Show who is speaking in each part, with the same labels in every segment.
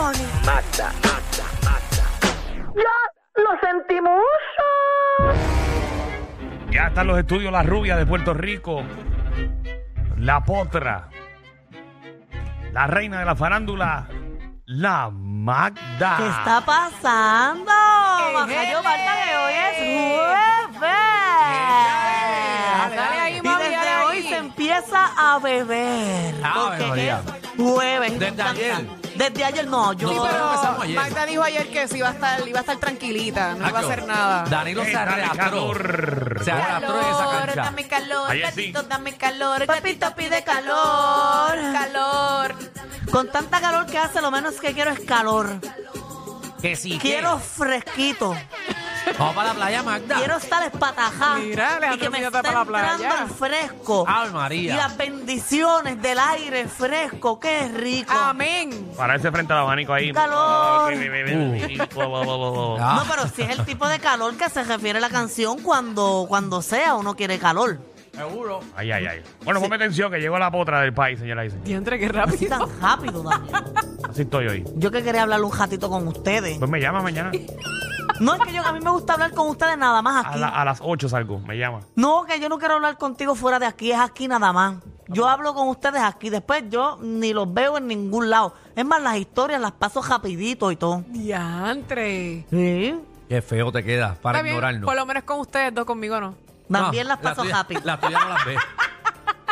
Speaker 1: Mata, mata, mata.
Speaker 2: ¡Ya lo sentimos!
Speaker 3: Ya están los estudios La Rubia de Puerto Rico. La Potra. La reina de la farándula. La Magda.
Speaker 4: ¿Qué está pasando? Majayo Marta que hoy es jueves.
Speaker 5: Dale ahí,
Speaker 4: Y
Speaker 5: mami,
Speaker 4: desde
Speaker 5: dale
Speaker 4: hoy
Speaker 5: ahí.
Speaker 4: se empieza a beber.
Speaker 5: Ah,
Speaker 4: Porque
Speaker 5: bueno,
Speaker 4: es jueves.
Speaker 5: Desde ayer.
Speaker 4: Desde ayer no, yo.
Speaker 5: Sí,
Speaker 6: Pero
Speaker 5: empezamos ayer.
Speaker 6: Magda dijo ayer que sí iba a estar, iba a estar tranquilita, no iba a hacer nada.
Speaker 5: Danilo se
Speaker 3: Eh, dale
Speaker 5: arrastró.
Speaker 3: calor.
Speaker 5: Se arrastró en esa cancha.
Speaker 6: dame calor,
Speaker 3: Ayer sí.
Speaker 6: gatito, dame calor,
Speaker 4: Papito
Speaker 6: gatito
Speaker 4: pide
Speaker 6: pide
Speaker 4: calor.
Speaker 6: calor, calor.
Speaker 4: Con tanta calor que hace, lo menos que quiero es calor.
Speaker 5: Que sí, que-
Speaker 4: Quiero fresquito.
Speaker 5: Vamos para la playa, Magda.
Speaker 4: Quiero estar espatajá.
Speaker 6: Mira,
Speaker 4: y
Speaker 6: Alejandro
Speaker 4: que me
Speaker 6: Miguel
Speaker 4: esté
Speaker 6: está para la playa.
Speaker 4: entrando el fresco.
Speaker 5: Ave
Speaker 4: y
Speaker 5: María.
Speaker 4: las bendiciones del aire fresco. Qué rico.
Speaker 6: Amén.
Speaker 3: Para ese frente al abanico ahí.
Speaker 4: Calor.
Speaker 3: Uh.
Speaker 5: Ah.
Speaker 4: No, pero si es el tipo de calor que se refiere la canción cuando, cuando sea uno quiere calor.
Speaker 5: Seguro.
Speaker 3: Ay, ay, ay. Bueno, ponme atención que llegó la potra del país, señora y señores.
Speaker 6: Diantre, qué rápido.
Speaker 4: Tan rápido, Daniel.
Speaker 3: Así estoy hoy.
Speaker 4: Yo que quería hablar un ratito con ustedes.
Speaker 3: Pues me llama mañana.
Speaker 4: No, es que yo, a mí me gusta hablar con ustedes nada más
Speaker 3: A,
Speaker 4: aquí.
Speaker 3: la- a las 8 salgo, me llama.
Speaker 4: No, que yo no quiero hablar contigo fuera de aquí, es aquí nada más. Yo hablo con ustedes aquí, después yo ni los veo en ningún lado. Es más, las historias las paso rapidito y todo.
Speaker 6: Diantre.
Speaker 4: Sí.
Speaker 5: Qué feo te queda para
Speaker 6: Está bien,
Speaker 5: ignorarnos.
Speaker 6: por lo menos con ustedes dos, conmigo no.
Speaker 4: También las paso
Speaker 5: paso
Speaker 4: rápido.
Speaker 5: Las tuyas no las ves.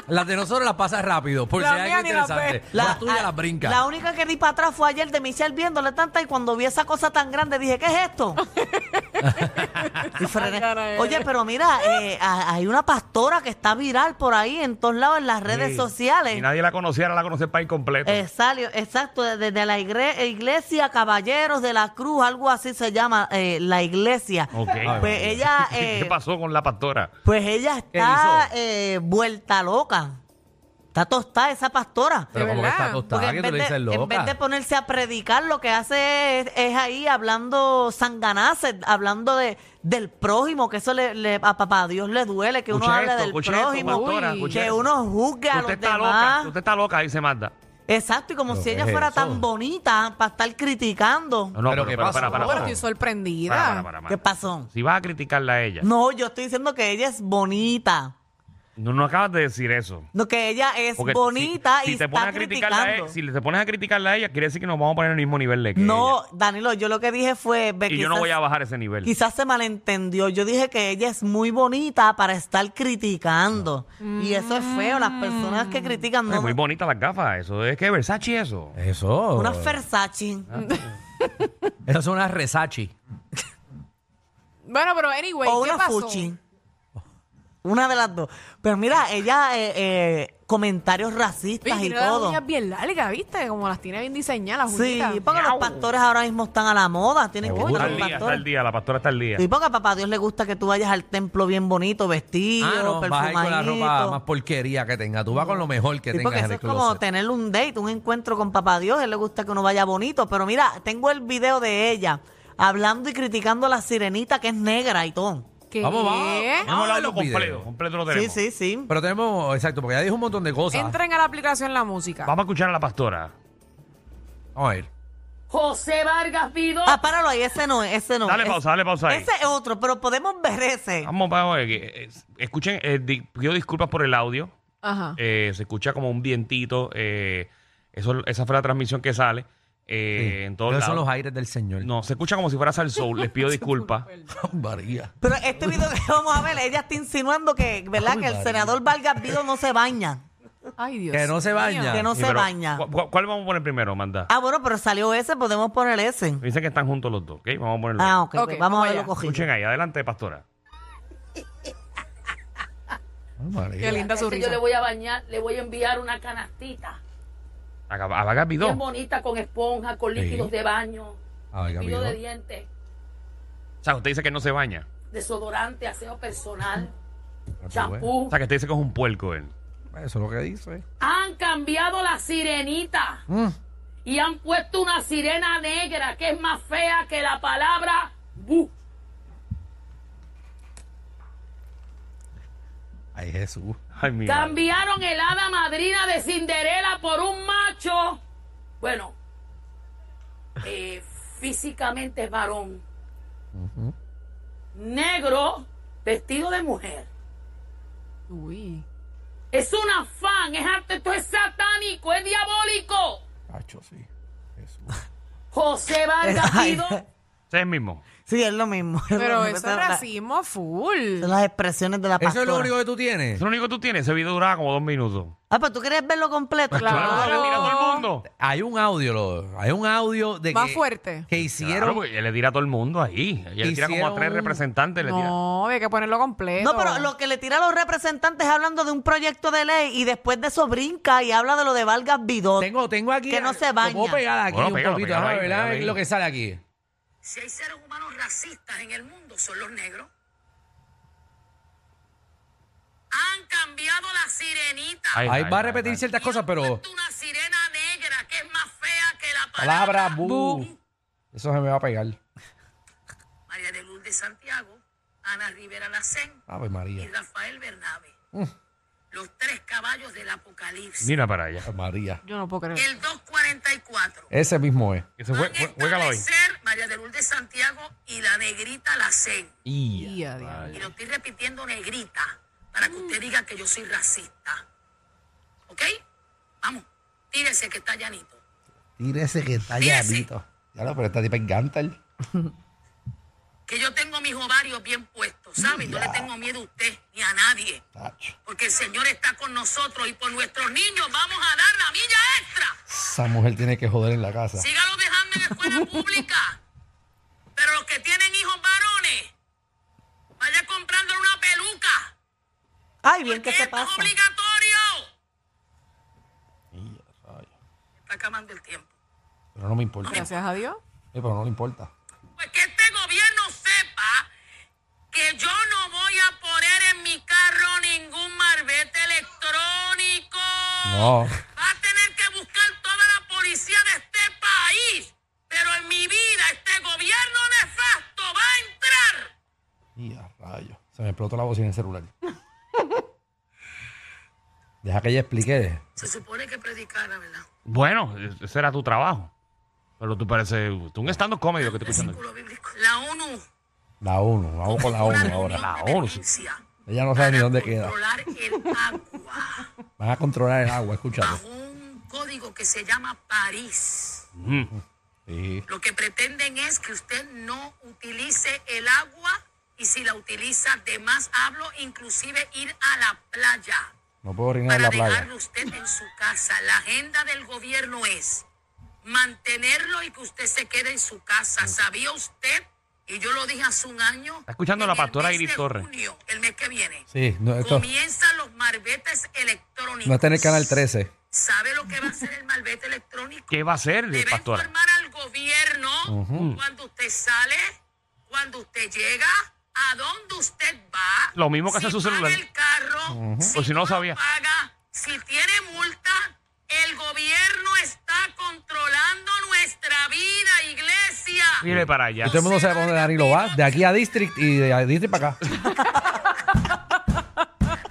Speaker 5: Las de nosotros las pasas rápido, por
Speaker 6: La
Speaker 5: si hay
Speaker 6: mía
Speaker 5: algo
Speaker 6: ni las
Speaker 5: interesante.
Speaker 6: ve.
Speaker 5: Las
Speaker 4: La-
Speaker 5: tuyas
Speaker 4: a-
Speaker 5: las brincas.
Speaker 4: La única que di para atrás fue ayer de Michelle viéndole tanta y cuando vi esa cosa tan grande dije, ¿qué es esto? Y frené.
Speaker 6: Cara, eh.
Speaker 4: Oye, pero mira, eh, a- hay una pastora que está viral por ahí en todos lados en las redes
Speaker 3: Sí.
Speaker 4: sociales.
Speaker 3: Y nadie la conociera, la conoce el país completo.
Speaker 4: Eh, salió, exacto, desde la igre- iglesia Caballeros de la Cruz, algo así se llama eh, la iglesia.
Speaker 3: Ok.
Speaker 4: Pues ella, eh,
Speaker 3: ¿Qué pasó con la pastora?
Speaker 4: pues ella
Speaker 5: ¿Qué
Speaker 4: está eh, vuelta loca. Está tostada esa pastora.
Speaker 5: Pero
Speaker 6: de
Speaker 5: como que
Speaker 6: verdad.
Speaker 5: está
Speaker 4: Porque
Speaker 5: tostada, que
Speaker 4: en,
Speaker 5: tú
Speaker 4: vez
Speaker 5: le dices
Speaker 4: de, en
Speaker 5: loca.
Speaker 4: vez de ponerse a predicar, lo que hace es, es ahí hablando sanganaces, hablando de del prójimo, que eso le, le- a papá Dios le duele, que uno
Speaker 3: Escuche
Speaker 4: habla
Speaker 3: esto,
Speaker 4: del
Speaker 3: escuche esto,
Speaker 4: prójimo,
Speaker 3: pastora,
Speaker 6: Uy.
Speaker 3: escuche
Speaker 4: que
Speaker 3: esto.
Speaker 4: uno juzgue a los
Speaker 3: Usted está
Speaker 4: demás.
Speaker 3: loca, usted está loca, dice Magda.
Speaker 4: Exacto, y como
Speaker 5: Pero
Speaker 4: si
Speaker 5: ¿qué
Speaker 4: ella
Speaker 5: es
Speaker 4: fuera
Speaker 5: eso?
Speaker 4: tan bonita para estar criticando.
Speaker 3: No, no,
Speaker 5: Pero, ¿qué pasa?
Speaker 3: Para, para,
Speaker 6: No, pero
Speaker 3: para.
Speaker 6: estoy sorprendida.
Speaker 3: Para, para, para, Magda.
Speaker 4: ¿Qué pasó?
Speaker 3: Si vas a criticarla a ella.
Speaker 4: No, yo estoy diciendo que ella es bonita.
Speaker 3: No, no acabas de decir eso.
Speaker 4: No, que ella es
Speaker 3: Porque si-
Speaker 4: bonita
Speaker 3: si
Speaker 4: y
Speaker 3: te pones
Speaker 4: está
Speaker 3: a criticarla a
Speaker 4: criticando.
Speaker 3: ella- si te pones a criticarla a ella, quiere decir que nos vamos a poner en el mismo nivel de que
Speaker 4: no,
Speaker 3: ella.
Speaker 4: Danilo, yo lo que dije fue... ve,
Speaker 3: Y yo no
Speaker 4: quizás-
Speaker 3: voy a bajar ese nivel.
Speaker 4: Quizás se malentendió. Yo dije que ella es muy bonita para estar criticando. Y eso es feo.
Speaker 6: Mm.
Speaker 4: Las personas que critican
Speaker 3: Ay,
Speaker 4: no.
Speaker 3: muy bonita las gafas, eso es que Versace eso.
Speaker 5: Eso.
Speaker 4: Una Versace.
Speaker 5: Esas son unas resachi.
Speaker 6: Bueno, pero anyway,
Speaker 4: o
Speaker 6: ¿qué
Speaker 4: una
Speaker 6: pasó?
Speaker 4: Fuchi. Una de las dos. Pero mira, ella, eh, eh, comentarios
Speaker 6: Oye,
Speaker 4: racistas y
Speaker 6: tiene las
Speaker 4: todo.
Speaker 6: uñas bien largas, ¿viste? Como las tiene bien diseñadas, las
Speaker 4: Sí,
Speaker 6: uñitas.
Speaker 4: porque los pastores ahora mismo están a la moda. Tienen que
Speaker 5: Seguro.
Speaker 4: estar
Speaker 3: Está al
Speaker 4: los
Speaker 3: día, está al
Speaker 4: pastores.
Speaker 3: día, la pastora está al día.
Speaker 4: Sí, porque a papá Dios le gusta que tú vayas al templo bien bonito, vestido,
Speaker 5: Ah, no, vas a ir con la ropa
Speaker 4: perfumadito.
Speaker 5: más porquería que tenga. Tú vas con lo mejor que
Speaker 4: Sí, porque
Speaker 5: tengas en
Speaker 4: eso
Speaker 5: el
Speaker 4: es como
Speaker 5: closet.
Speaker 4: tener un date, un encuentro con papá Dios. A él le gusta que uno vaya bonito. Pero mira, tengo el video de ella hablando y criticando a la sirenita que es negra y todo.
Speaker 6: ¿Qué?
Speaker 5: Vamos, vamos.
Speaker 3: Vamos a
Speaker 5: Ah,
Speaker 3: hablarlo
Speaker 5: los videos.
Speaker 3: completo, completo lo
Speaker 4: Sí,
Speaker 3: tenemos.
Speaker 4: sí, sí.
Speaker 5: Pero tenemos, exacto, porque ya dijo un montón de cosas.
Speaker 6: Entren a la aplicación la música.
Speaker 3: Vamos a escuchar a la pastora.
Speaker 5: Vamos a ver.
Speaker 7: José Vargas Vidó.
Speaker 4: Ah, páralo ahí, ese no, es, ese no.
Speaker 3: Dale
Speaker 4: es-
Speaker 3: pausa, dale pausa ahí.
Speaker 4: Ese es otro, pero podemos ver ese.
Speaker 3: Vamos, vamos, eh, que, eh, escuchen, eh, di- pido disculpas por el audio.
Speaker 6: Ajá.
Speaker 3: Eh, se escucha como un vientito. eh, eso, esa fue la transmisión que sale eh,
Speaker 5: Sí.
Speaker 3: en todos
Speaker 5: Esos son
Speaker 3: lados.
Speaker 5: los aires del Señor.
Speaker 3: No, se escucha como si fuera Sal Soul. Les pido disculpas.
Speaker 5: María.
Speaker 4: Pero este video que vamos a ver, ella está insinuando que, ¿verdad?
Speaker 5: Ay,
Speaker 4: que el
Speaker 5: María.
Speaker 4: senador Vargas Vido no se baña.
Speaker 6: Ay, Dios.
Speaker 5: Eh, Que no se
Speaker 6: mío.
Speaker 5: baña.
Speaker 4: Que no
Speaker 3: Sí,
Speaker 4: se
Speaker 3: pero,
Speaker 4: baña.
Speaker 3: ¿cu- cu- ¿Cuál vamos a poner primero, Manda?
Speaker 4: Ah, bueno, pero salió ese, podemos poner ese.
Speaker 3: Dicen que están juntos los dos, ¿ok? Vamos a ponerlo.
Speaker 4: Ah, ok,
Speaker 6: Ok,
Speaker 4: pues vamos a
Speaker 6: vamos
Speaker 4: verlo
Speaker 6: allá.
Speaker 4: cogido.
Speaker 3: Escuchen ahí, adelante, pastora.
Speaker 5: Ay, María.
Speaker 6: Qué linda su
Speaker 7: Ese
Speaker 6: risa.
Speaker 7: Yo le voy a bañar, le voy a enviar una canastita
Speaker 3: A Gab- a Vagas Vidó.
Speaker 7: bien bonita con esponja, con
Speaker 5: Sí.
Speaker 7: líquidos de baño,
Speaker 5: Ay,
Speaker 7: líquido
Speaker 5: Gabriel.
Speaker 7: de dientes,
Speaker 3: O sea, usted dice que no se baña.
Speaker 7: desodorante, aseo personal,
Speaker 5: Ah, qué bueno.
Speaker 7: champú.
Speaker 3: O sea, que usted dice que es un puerco él.
Speaker 5: Eso es lo que dice.
Speaker 7: Han cambiado la sirenita
Speaker 5: Mm.
Speaker 7: y han puesto una sirena negra que es más fea que la palabra bu.
Speaker 5: Ay, Jesús.
Speaker 3: Ay, mi madre.
Speaker 7: Cambiaron el hada madrina de Cinderela por un macho. Bueno, eh, físicamente es varón. Negro, vestido de mujer.
Speaker 6: Uy.
Speaker 7: Es un afán, es arte, esto es satánico, es diabólico.
Speaker 2: Cacho, sí. Jesús.
Speaker 7: José Vargas
Speaker 4: Ay,
Speaker 7: Pido,
Speaker 3: Ese es el mismo.
Speaker 4: Sí, es lo mismo.
Speaker 6: Pero eso
Speaker 4: Esa-
Speaker 6: es
Speaker 4: la-
Speaker 6: racismo full.
Speaker 4: Son las expresiones de la pastora.
Speaker 5: Eso es lo único que tú tienes.
Speaker 3: Es lo único que tú tienes. Ese video duraba como dos minutos.
Speaker 4: Ah, pero tú querías verlo completo.
Speaker 3: Claro,
Speaker 6: Claro.
Speaker 3: le tira a todo el mundo.
Speaker 5: Hay un audio, lo- hay un audio de
Speaker 6: Más
Speaker 5: que,
Speaker 6: fuerte.
Speaker 5: que hicieron.
Speaker 3: Claro, porque él le tira a todo el mundo ahí. Y él tira como a
Speaker 5: Hicieron
Speaker 3: tres
Speaker 5: un-
Speaker 3: representantes. Le
Speaker 5: Pues
Speaker 3: tira.
Speaker 6: No, había que ponerlo completo.
Speaker 4: No, pero lo que le tira a los representantes hablando de un proyecto de ley y después de eso brinca y habla de lo de Vargas Vidot.
Speaker 5: tengo, tengo aquí.
Speaker 4: Que no se
Speaker 5: lo
Speaker 4: baña.
Speaker 5: puedo pegar aquí
Speaker 3: Bueno,
Speaker 5: un
Speaker 3: pégalo,
Speaker 5: poquito.
Speaker 3: pégalo
Speaker 5: déjame
Speaker 3: ahí,
Speaker 5: ver, déjame
Speaker 3: pégalo
Speaker 5: ver
Speaker 3: ahí.
Speaker 5: lo que sale aquí.
Speaker 1: Si hay seres humanos racistas en el mundo, son los negros.
Speaker 7: han cambiado la sirenita.
Speaker 3: Ahí,
Speaker 5: Ahí
Speaker 3: ahí,
Speaker 5: va a
Speaker 3: ahí,
Speaker 5: repetir
Speaker 3: ahí.
Speaker 5: ciertas cosas,
Speaker 7: Y han
Speaker 5: pero.
Speaker 7: puesto una sirena negra que es más fea que la palabra.
Speaker 5: Palabra bu. Eso se me va a pegar.
Speaker 1: María de Lourdes Santiago, Ana Rivera Lacén
Speaker 5: Ave
Speaker 1: y
Speaker 5: María.
Speaker 1: Rafael Bernabe. Los tres caballos del apocalipsis.
Speaker 3: Mira para allá.
Speaker 5: Ave María.
Speaker 6: Yo no puedo creer.
Speaker 1: El 244.
Speaker 5: Ese mismo es.
Speaker 3: Ese fue,
Speaker 1: Van a
Speaker 3: fue- juégalo ahí.
Speaker 1: establecer María de Lourdes Santiago y la negrita Lacén.
Speaker 6: Día, día.
Speaker 1: Y lo estoy repitiendo negrita para que usted diga que yo soy racista. ¿Ok? Vamos, tírese que está llanito.
Speaker 5: Tírese que está
Speaker 1: Tírese.
Speaker 5: Ya lo, pero esta tipa encanta. el-
Speaker 1: Que yo tengo mis ovarios bien puestos, ¿sabe? No le tengo miedo a usted ni a nadie.
Speaker 5: Tacho.
Speaker 1: Porque el Señor está con nosotros y por nuestros niños vamos a dar la milla extra.
Speaker 5: Esa mujer tiene que joder en la casa.
Speaker 1: Sígalo dejando en escuela pública. Pero los que tienen hijos varones, vaya comprando una peluca.
Speaker 4: Ay, bien que
Speaker 1: porque
Speaker 4: se
Speaker 1: esto es
Speaker 4: pasa.
Speaker 1: obligatorio. Está acabando el tiempo.
Speaker 5: Pero no me importa. Eh,
Speaker 6: Gracias a Dios.
Speaker 5: pero no le importa.
Speaker 1: Pues que este gobierno sepa que yo no voy a poner en mi carro ningún marbete electrónico.
Speaker 5: No.
Speaker 1: Va a tener que buscar toda la policía de este país. Pero en mi vida este gobierno nefasto va a entrar.
Speaker 5: Y a rayo. Se me explotó la bocina en el celular. Deja que ella explique.
Speaker 1: Se supone que predicara, ¿verdad?
Speaker 3: Bueno, ese era tu trabajo. Pero tú pareces tú un stand-up comedy lo que te escuchando.
Speaker 1: Versículo bíblico. La ONU.
Speaker 5: La 1. Vamos con la 1 ahora.
Speaker 1: La
Speaker 3: ONU,
Speaker 1: ONU.
Speaker 3: sí.
Speaker 5: Ella no sabe ni dónde queda.
Speaker 1: Controlar el agua.
Speaker 5: Van a controlar el agua, escúchalo.
Speaker 1: bajo un código que se llama París.
Speaker 5: Sí.
Speaker 1: Lo que pretenden es que usted no utilice el agua y si la utiliza de más hablo, inclusive ir a la playa
Speaker 5: No puedo orinar en
Speaker 1: para
Speaker 5: la playa.
Speaker 1: dejarlo usted en su casa. La agenda del gobierno es mantenerlo y que usted se quede en su casa. ¿Sabía usted? Y yo lo dije hace un año.
Speaker 3: Está escuchando
Speaker 1: en
Speaker 3: la
Speaker 1: el
Speaker 3: pastora
Speaker 1: mes
Speaker 3: Iris
Speaker 1: de
Speaker 3: Torres.
Speaker 1: junio, el mes que viene.
Speaker 5: Sí, no, esto
Speaker 1: Comienzan los marbetes electrónicos.
Speaker 5: no está en el canal 13.
Speaker 1: ¿Sabe lo que va a hacer el malvete electrónico?
Speaker 3: ¿Qué va a hacer,
Speaker 1: Debe
Speaker 3: pastora?
Speaker 1: informar al gobierno cuando usted sale, cuando usted llega, a dónde usted va.
Speaker 3: Lo mismo que
Speaker 1: si
Speaker 3: hace su
Speaker 1: paga
Speaker 3: celular.
Speaker 1: el carro, si,
Speaker 3: Por si no lo
Speaker 1: lo
Speaker 3: sabía.
Speaker 1: paga, si tiene multa, el gobierno está controlando nuestra vida, iglesia.
Speaker 3: Mire para allá.
Speaker 5: Y Pues todo el mundo sabe para dónde Danilo va. De aquí a District y de District para acá.
Speaker 1: Este,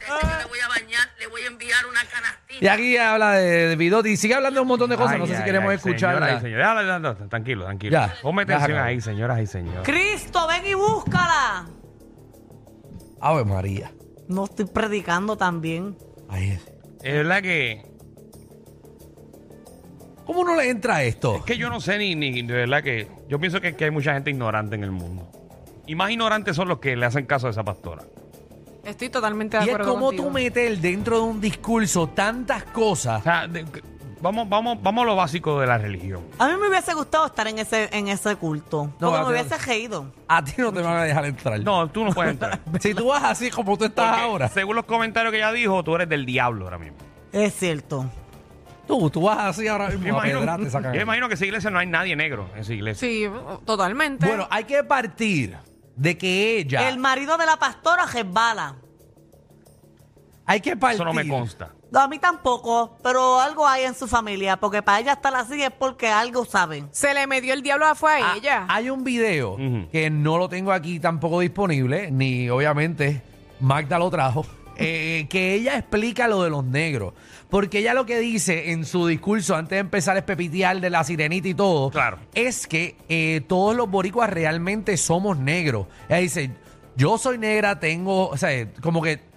Speaker 1: yo le voy a bañar, le voy a enviar una
Speaker 5: Y
Speaker 1: canastita.
Speaker 5: aquí habla de, de Bidotti y sigue hablando de un montón de cosas.
Speaker 3: Ay,
Speaker 5: no sé
Speaker 3: ay,
Speaker 5: si queremos
Speaker 3: ay,
Speaker 5: escucharla.
Speaker 3: señoras y señores. Déjala, déjala, déjala, tranquilo, tranquilo.
Speaker 5: Ya.
Speaker 3: Ponme
Speaker 5: Déjala.
Speaker 3: atención ahí, señoras y señores.
Speaker 4: Cristo, ven y búscala.
Speaker 5: Ave María.
Speaker 4: No estoy predicando también.
Speaker 5: Ay,
Speaker 3: Es verdad que,
Speaker 5: ¿Cómo no le entra esto?
Speaker 3: es que yo no sé ni, ni de verdad que. Yo pienso que, que hay mucha gente ignorante en el mundo. Y más ignorantes son los que le hacen caso a esa pastora.
Speaker 6: Estoy totalmente de
Speaker 5: Y es
Speaker 6: acuerdo.
Speaker 5: como tú
Speaker 6: contigo.
Speaker 5: meter dentro de un discurso tantas
Speaker 3: O
Speaker 5: cosas.
Speaker 3: sea, de- vamos, vamos, vamos a lo básico de la religión.
Speaker 4: A mí me hubiese gustado estar en ese, en ese culto.
Speaker 5: No,
Speaker 4: porque
Speaker 5: no,
Speaker 4: me hubiese
Speaker 5: no.
Speaker 4: reído.
Speaker 5: A ti no te van a dejar entrar.
Speaker 3: No, tú no puedes entrar.
Speaker 5: Si tú vas así como tú estás
Speaker 3: Porque,
Speaker 5: ahora,
Speaker 3: Según los comentarios que ella dijo, tú eres del diablo ahora mismo.
Speaker 4: Es cierto.
Speaker 5: tú, tú vas así ahora
Speaker 3: Yo
Speaker 5: mismo. a
Speaker 3: imagino,
Speaker 5: pedrate, sacan.
Speaker 3: yo imagino que en esa iglesia no hay nadie negro en esa iglesia.
Speaker 6: Sí, totalmente.
Speaker 5: Bueno, hay que partir de que ella.
Speaker 4: El marido de la pastora resbala.
Speaker 5: Hay que partir.
Speaker 3: Eso no me consta.
Speaker 4: No, a mí tampoco, pero algo hay en su familia, porque para ella estar así es porque algo saben.
Speaker 6: Se le metió el diablo afuera a
Speaker 5: Ah,
Speaker 6: ella.
Speaker 5: Hay un video
Speaker 3: Ujú.
Speaker 5: que no lo tengo aquí tampoco disponible, ni obviamente Magda lo trajo. eh, que ella explica lo de los negros. Porque ella lo que dice en su discurso, antes de empezar a espepitear de la sirenita y todo,
Speaker 3: Claro.
Speaker 5: es que eh, todos los boricuas realmente somos negros. Ella dice, yo soy negra, tengo, o sea, como que...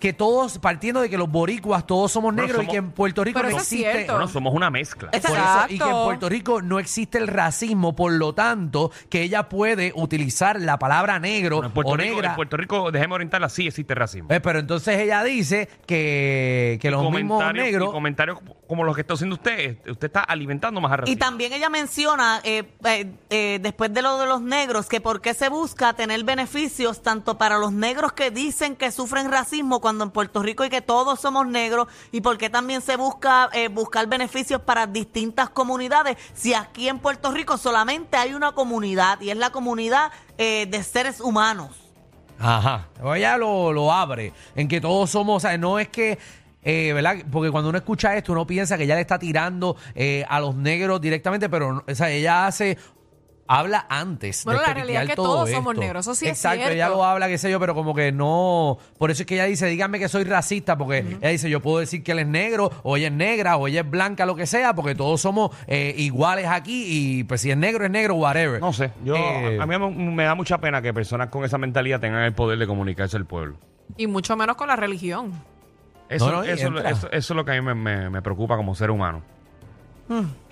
Speaker 5: Que todos, partiendo de que los boricuas todos somos
Speaker 3: Pero
Speaker 5: negros y
Speaker 3: somos-
Speaker 5: que en Puerto Rico
Speaker 6: Pero
Speaker 5: no
Speaker 6: eso es
Speaker 5: existe
Speaker 6: cierto.
Speaker 3: Bueno, somos una mezcla.
Speaker 6: Es-
Speaker 5: por eso, y que en
Speaker 6: Exacto.
Speaker 5: Puerto Rico no existe el racismo, por lo tanto, que ella puede utilizar la palabra negro
Speaker 3: Bueno, en, Puerto
Speaker 5: o
Speaker 3: Rico,
Speaker 5: negra.
Speaker 3: en Puerto Rico, déjeme orientarla, sí existe racismo.
Speaker 5: Eh, pero entonces ella dice que, que los mismos
Speaker 3: comentarios, y
Speaker 5: negros.
Speaker 3: comentarios como los que está haciendo usted, este, usted está alimentando más al
Speaker 4: Y
Speaker 3: racismo.
Speaker 4: también ella menciona, eh, eh, eh, después de lo de los negros, que por qué se busca tener beneficios tanto para los negros que dicen que sufren racismo cuando en Puerto Rico y que todos somos negros, y por qué también se busca eh, buscar beneficios para distintas comunidades, si aquí en Puerto Rico solamente hay una comunidad, y es la comunidad eh, de seres humanos.
Speaker 5: Ajá. Ella lo, lo abre, en que todos somos, o sea, no es que, eh, ¿verdad? Porque cuando uno escucha esto, uno piensa que ella le está tirando eh, a los negros directamente, pero no- o sea, ella hace... Habla antes. de
Speaker 6: Bueno, la realidad
Speaker 5: especificar
Speaker 6: es que
Speaker 5: todo
Speaker 6: todos somos
Speaker 5: esto.
Speaker 6: negros, eso sí es
Speaker 5: Exacto,
Speaker 6: cierto.
Speaker 5: ella lo habla, qué sé yo, pero como que no. Por eso es que ella dice, díganme que soy racista, porque ella dice, yo puedo decir que él es negro, o ella es negra, o ella es blanca, lo que sea, porque todos somos eh, iguales aquí, y pues si es negro, es negro, whatever.
Speaker 3: No sé, yo,
Speaker 5: Eh,
Speaker 3: a mí me, me da mucha pena que personas con esa mentalidad tengan el poder de comunicarse al pueblo.
Speaker 6: Y mucho menos con la religión.
Speaker 3: Eso,
Speaker 5: No, no, y
Speaker 3: eso-
Speaker 5: entra.
Speaker 3: eso- eso es lo que a mí me, me- me preocupa como ser humano.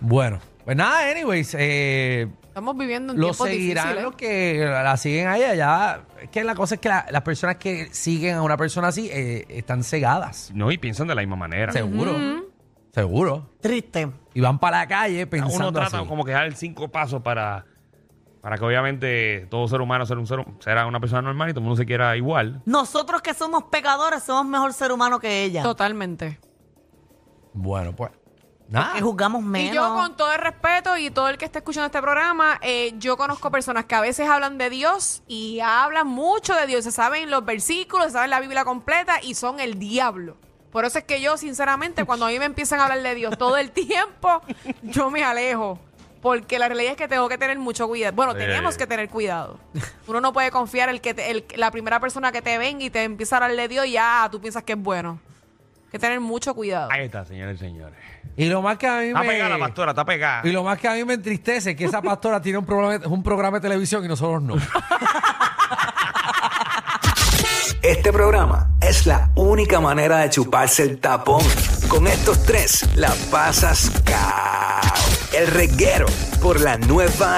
Speaker 5: Bueno, pues nada, anyways, eh,
Speaker 6: Estamos viviendo en
Speaker 5: lo
Speaker 6: tiempos
Speaker 5: seguirán
Speaker 6: difíciles. ¿eh?
Speaker 5: los que la siguen a ella. Ya, es que la cosa es que la- las personas que siguen a una persona así eh, están cegadas.
Speaker 3: No, y piensan de la misma manera.
Speaker 5: Seguro. Seguro.
Speaker 4: Triste.
Speaker 5: Y van para la calle pensando
Speaker 3: Uno trata
Speaker 5: así.
Speaker 3: como que dar cinco pasos para, para que obviamente todo ser humano será, un ser, será una persona normal y todo el mundo se quiera igual.
Speaker 4: Nosotros que somos pecadores somos mejor ser humano que ella.
Speaker 6: Totalmente.
Speaker 5: Bueno, pues. Nada.
Speaker 4: Que juzgamos
Speaker 6: Y
Speaker 4: menos.
Speaker 6: yo con todo el respeto y todo el que esté escuchando este programa, eh, yo conozco personas que a veces hablan de Dios y hablan mucho de Dios, se saben los versículos, se saben la Biblia completa y son el diablo. Por eso es que yo, sinceramente, cuando a mí me empiezan a hablar de Dios todo el tiempo, yo me alejo. Porque la realidad es que tengo que tener mucho cuidado. Bueno,
Speaker 3: Eh.
Speaker 6: tenemos que tener cuidado. Uno no puede confiar el que te- el- la primera persona que te ven y te empieza a hablar de Dios, ya tú piensas que es bueno. Hay que tener mucho cuidado.
Speaker 3: Ahí está, señores y señores.
Speaker 5: Y lo más que a mí
Speaker 3: Está
Speaker 5: me.
Speaker 3: pegada la pastora, está pegada.
Speaker 5: Y lo más que a mí me entristece es que esa pastora tiene un programa, un programa de televisión y nosotros no.
Speaker 8: Este programa es la única manera de chuparse el tapón. Con estos tres la pasas cao. El reguero por la nueva